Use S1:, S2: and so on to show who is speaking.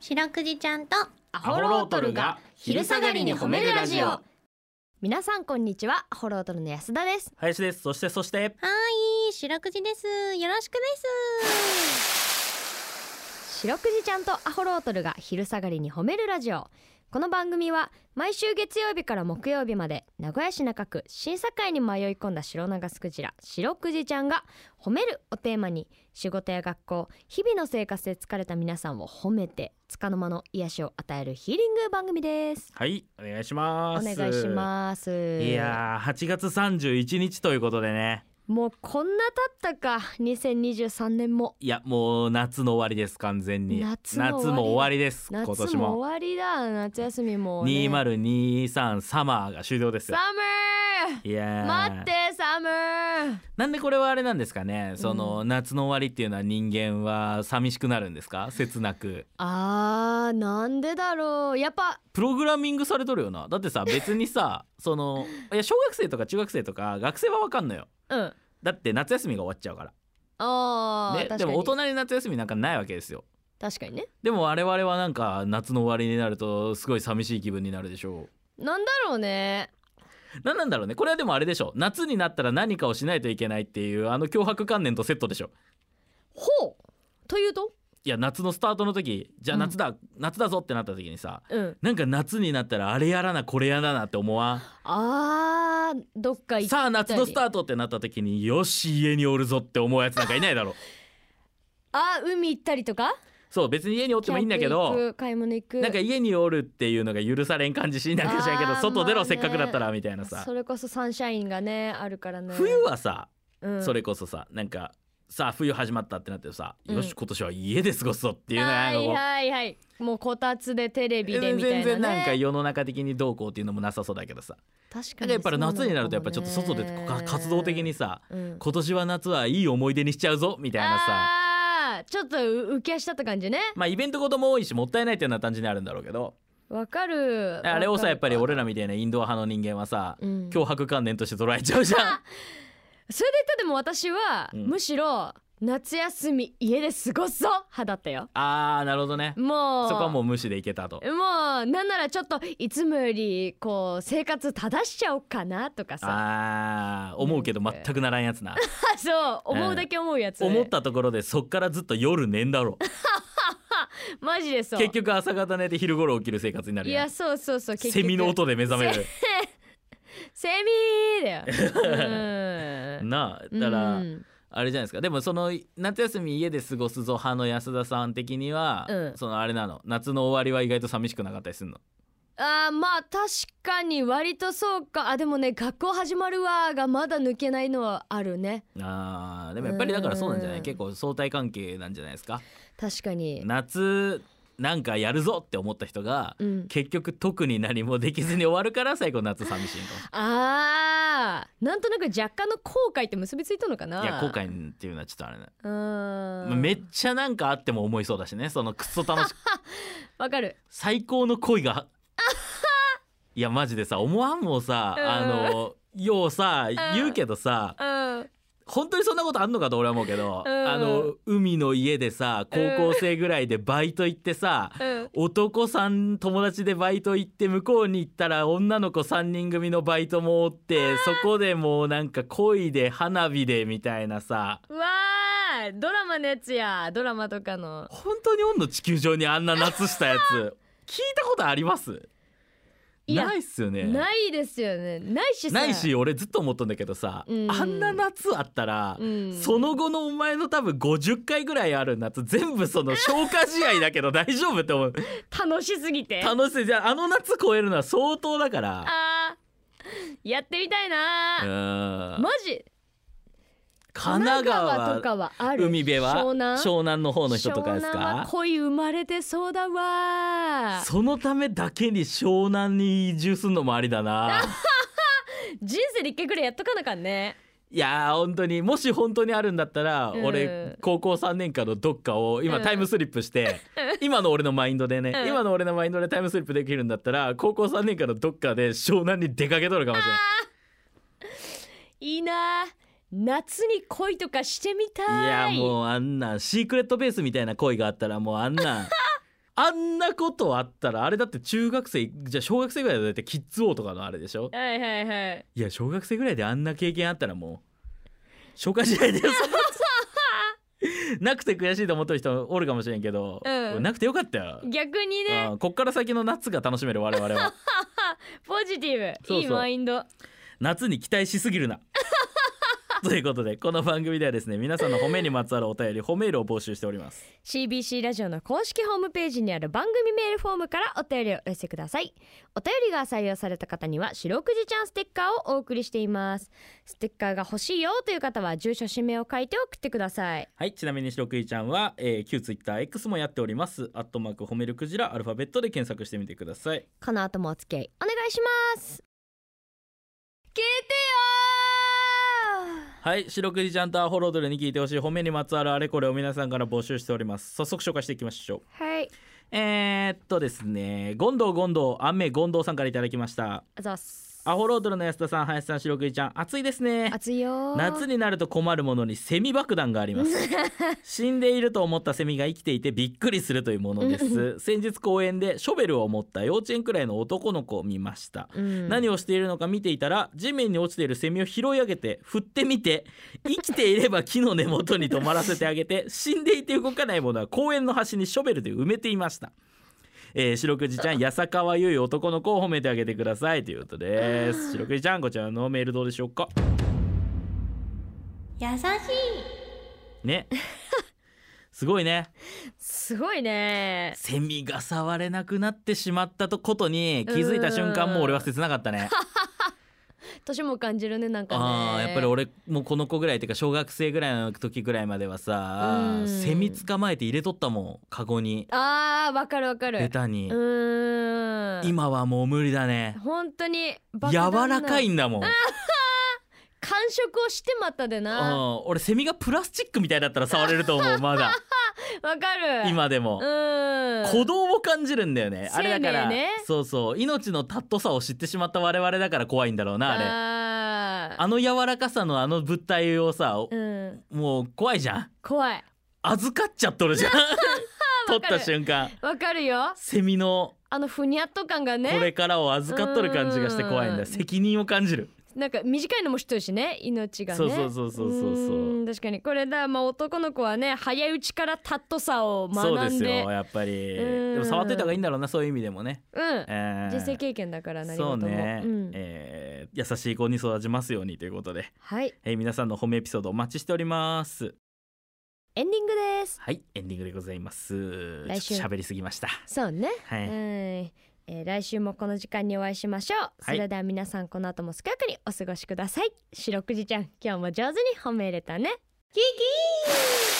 S1: 白くじちゃんとア
S2: ホロートルが昼下がりに褒めるラジオ
S3: 皆さんこんにちはアホロートルの安田です
S2: 林ですそしてそして
S1: はい白くじですよろしくです
S3: 白くじちゃんとアホロートルが昼下がりに褒めるラジオこの番組は毎週月曜日から木曜日まで名古屋市中区審査会に迷い込んだ白長スクジラ白くじちゃんが「褒める」をテーマに仕事や学校日々の生活で疲れた皆さんを褒めて束の間の癒しを与えるヒーリング番組です
S2: はいお願いし
S3: お
S2: ます
S3: 願いします
S2: いやー8月31日ということでね
S3: もうこんな経ったか2023年も
S2: いやもう夏の終わりです完全に
S3: 夏の終わり
S2: も終わりです今
S3: 夏
S2: 年
S3: も
S2: も
S3: 終わりだ夏休みも、ね、
S2: 2023サマーが終了です
S3: サ
S2: よ
S3: ム
S2: いや
S3: ー
S2: ー
S3: 待ってサムー
S2: なんでこれはあれなんですかねその、夏の終わりっていうのは人間は寂しくなるんですか切なく
S3: あーなんでだろうやっぱ
S2: プログラミングされとるよな だってさ別にさそのいや小学生とか中学生とか学生はわかんのよ
S3: うん
S2: だって夏休みが終わっちゃうから
S3: あー、
S2: ね、
S3: 確
S2: で
S3: かに
S2: も大人に夏休みなんかないわけですよ
S3: 確かにね
S2: でも我々はなんか夏の終わりになるとすごい寂しい気分になるでしょ
S3: なんだろうね
S2: う何なんだろうねこれはでもあれでしょ夏になったら何かをしないといけないっていうあの脅迫観念とセットでしょ
S3: ほうというと
S2: いや夏のスタートの時じゃあ
S3: うん
S2: 夏だ、夏だぞってなった時にさ
S3: うん
S2: なんか夏になったらあれやらなこれやらなって思わん
S3: あーどっか行っ
S2: さあ夏のスタートってなった時によし家におるぞって思うやつなんかいない だろう
S3: あー海行ったりとか
S2: そう別に家におってもいいんだ
S3: キ
S2: け
S3: ャンプ
S2: ど
S3: 行く買い物行く
S2: なんか家におるっていうのが許されん感じしなんかしないけ
S3: あ
S2: ど
S3: ー
S2: 外
S3: ま
S2: 出
S3: あ
S2: ろ
S3: ね
S2: せっかくだったらみたいなさ
S3: それこそサンシャインがねあるからね
S2: 冬、はさ
S3: うん、
S2: それこそさなんかさあ冬始まったってなってさ
S3: うん
S2: よし今年は家で過ごすぞっていうの
S3: は
S2: がなん
S3: い
S2: かこ
S3: はいはいもうこたつでテレ
S2: う
S3: ビでみたいな、ね、
S2: 全然なんか世の中的にどうこうっていうのもなさそうだけどさ
S3: 確か
S2: なん
S3: に
S2: かやっぱり夏になるとやっぱちょっと外でか活動的に、さ今年は夏はいい思い出にしちゃうぞみたいなさ
S3: ああーちょっと浮き足立った感じね
S2: まあイベントごとも多いしもったいないっていうような感じになるんだろうけど
S3: わかる
S2: あれをさやっぱり俺
S3: ら、
S2: らみたいなインドア派の人間はさ、
S3: うん、
S2: 脅迫観念として捉えちゃうじゃ ん
S3: それで言ったらでも私は、
S2: うん
S3: むしろ夏休み家で過ごすぞ派だったよ
S2: あーなるほどね
S3: もう
S2: そこはもう無視でいけたと
S3: もうなんならちょっといつもよりこう生活正しちゃおうかなとかさ
S2: あー思うけど
S3: なんか
S2: 全くならんやつな
S3: そう思うだけ思うやつ、
S2: 思ったところでそっからずっと夜寝んだろ
S3: マジでそう
S2: 結局朝方寝て昼頃起きる生活になる
S3: い
S2: や
S3: や
S2: ん
S3: そうそうそう結
S2: セ
S3: 局
S2: ミの音で目覚める
S3: セミ だようん
S2: なあだから、
S3: うん
S2: あれじゃないですかでもその夏休み家で過ごすぞ派の安田さん的には、
S3: うん
S2: そのあれなの夏の終わりは意外と寂しくなかったりするの
S3: あーまあ確かに割とそうかあでもね学校始まるわーがまだ抜けないのはあるね
S2: あーでもやっぱりだからそうなんじゃな
S3: う
S2: い
S3: ん
S2: 結構相対関係なんじゃないですか
S3: 確かに
S2: 夏なんかやるぞって思った人が、
S3: うん
S2: 結局特に何もできずに終わるから最後夏寂しいの
S3: あーなんとなく若干の後悔って結びついたのかない
S2: いや後悔っていうのはちょっとあれね、
S3: うーん
S2: めっちゃなんかあっても思いそうだしねそのクソ楽しい
S3: わかる
S2: 最高の 恋がいやマジでさ思わんもさ、
S3: うん
S2: あのようさ、言うけどさ
S3: うん
S2: 本当にそんなことあんのかと俺は思うけど、
S3: うん
S2: あの海の家でさ高校生ぐらいでバイト行ってさ、
S3: うん
S2: 男さん友達でバイト行って向こうに行ったら女の子3人組のバイトもおってそこでもうなんか恋で花火でみたいなさ
S3: うわードラマのやつやドラマとかの
S2: 本当におんの地球上にあんな夏したやつ聞いたことあります
S3: いや
S2: ないっすよね
S3: ないですよねないしさ
S2: ないし俺ずっと思ったんだけどさ、
S3: うん
S2: あんな夏あったら、
S3: うん
S2: その後のお前の多分50回ぐらいある夏全部その消化試合だけど大丈夫って思う
S3: 楽しすぎて
S2: 楽しいじゃああの夏超えるのは相当だから
S3: あーやってみたいな
S2: う
S3: ー
S2: ん
S3: マジ
S2: 神奈川
S3: とかはある
S2: 海辺は
S3: 湘南
S2: の方の人とかです
S3: 湘南は
S2: か
S3: 恋生まれてそうだわー
S2: そのためだけに湘南に移住するのもあり だな
S3: 人生で一回ぐらいやっとかなあかんね
S2: いやー本当にもし本当にあるんだったら、
S3: うん
S2: 俺高校3年間のどっかを今
S3: うん
S2: タイムスリップ して、今の俺のマインドでね、
S3: うん
S2: 今の俺のマインドでタイムスリップできるんだったら高校3年間のどっかで湘南に出かけとるかもしれない
S3: いいなー夏に恋とかしてみた
S2: いや
S3: い
S2: もうあんなんシークレットベースみたいな恋があったらもうあんなんあんなことあったらあれだって中学生じゃあ小学生ぐらいだとだってキッズ王とかのあれでしょ
S3: はいはいはい
S2: いや小学生ぐらいであんな経験あったらもう消化しな いでよそんなことなくて悔しいと思ってる人おるかもしれんけど、
S3: うん
S2: なくてよかったよ、
S3: 逆にね
S2: うんこっから先の夏が楽しめる我々 は
S3: ポジティブ
S2: そうそう
S3: いいマインド
S2: 夏に期待しすぎる なということでこの番組ではですね皆さんの褒めにまつわるお便り褒めールを募集しております
S3: CBC ラジオの公式ホームページにある番組メールフォームからお便りをお寄せくださいお便りが採用された方には「白くじちゃんステッカー」をお送りしていますステッカーが欲しいよという方は住所氏名を書いて送ってください
S2: はいちなみに白クイちゃんは、えー、旧 TwitterX もやっておりますアットマーク褒めるクジラアルファベットで検索してみてください
S3: この後もお付き合いお願いします聞いてよー
S2: はい白クイちゃんとアホロードルに聞いてほしい褒めにまつわるあれこれを皆さんから募集しております早速紹介していきましょう
S3: はい
S2: えー、っとですねゴンドウゴンドウ雨ゴンドウさんからいただきました
S3: あざっす
S2: アホロードルの安田さん林さん白クイちゃん暑いですね
S3: 暑いよー
S2: 夏になると困るものにセミ爆弾があります 死んでいると思ったセミが生きていてびっくりするというものです先日公園でショベルを持った幼稚園くらいの男の子を見ました
S3: うん
S2: 何をしているのか見ていたら地面に落ちているセミを拾い上げて振ってみて生きていれば木の根元に止まらせてあ げて死んでいて動かないものは公園の端にショベルで埋めていました。えー、白くじちゃん、やさかわゆい男の子を褒めてあげてくださいということです。白くじちゃん、こちらのメールどうでしょうか。
S1: 優しい
S2: ね。 すごいね。
S3: すごいね
S2: セミが触れなくなってしまったとことに気づいた瞬間もう俺は切なかったね。
S3: 年も感じるねなんかね
S2: あーやっぱり俺もうこの子ぐらいっていうか小学生ぐらいの時ぐらいまではさ
S3: うん
S2: セミ捕まえて入れとったもんカゴに
S3: あーわかるわかる
S2: ベタ
S3: う
S2: に、
S3: ーん
S2: 今はもう無理だね
S3: 本当に爆弾な
S2: 柔らかいんだもん、
S3: 感触をしてまったで
S2: う
S3: なわ
S2: ん、俺セミがプラスチックみたいだったら触れる と思うまだ
S3: かる
S2: 今でも
S3: う。ん
S2: 鼓動を感じるんだよねあれだから、
S3: 生命ね
S2: そうそう命の尊さを知ってしまった我々だから怖いんだろうなあれあ
S3: あー
S2: の柔らかさのあの物体をさ、
S3: うん
S2: もう怖いじゃん
S3: 怖い
S2: 預かっちゃっとる じゃん 取った瞬間
S3: わかるよ
S2: セミの
S3: あのふにゃっと感が
S2: こ
S3: ね
S2: れからを預かっとる感じがして怖いんだ
S3: う
S2: よ
S3: ん
S2: 責任を感じる
S3: なんか短いのも知っとるしね命がね
S2: そうそうそうそうそうそう
S3: ーん確かにこれだまあ男の子はね早いうちからタッとさを
S2: そう
S3: 学
S2: で
S3: ん
S2: す
S3: で
S2: よやっぱり
S3: うん
S2: でも触ってた方がいいんだろうなそういう意味でもね、
S3: うん
S2: えー
S3: 人生経験だから何事
S2: そ
S3: も
S2: うね、
S3: うん
S2: えー優しい子に育ちますようにということで、
S3: はい
S2: えー皆さんの褒めエピソードお待ちしております
S3: エンディングです
S2: はいエンディングでございます
S3: 来週
S2: ちょっと喋りすぎました
S3: そうね
S2: はい、
S3: はい、えー来週もこの時間にお会いしましょう、それでは皆さんこの後も健やかにお過ごしください白くじちゃん今日も上手に褒め入れたねキキー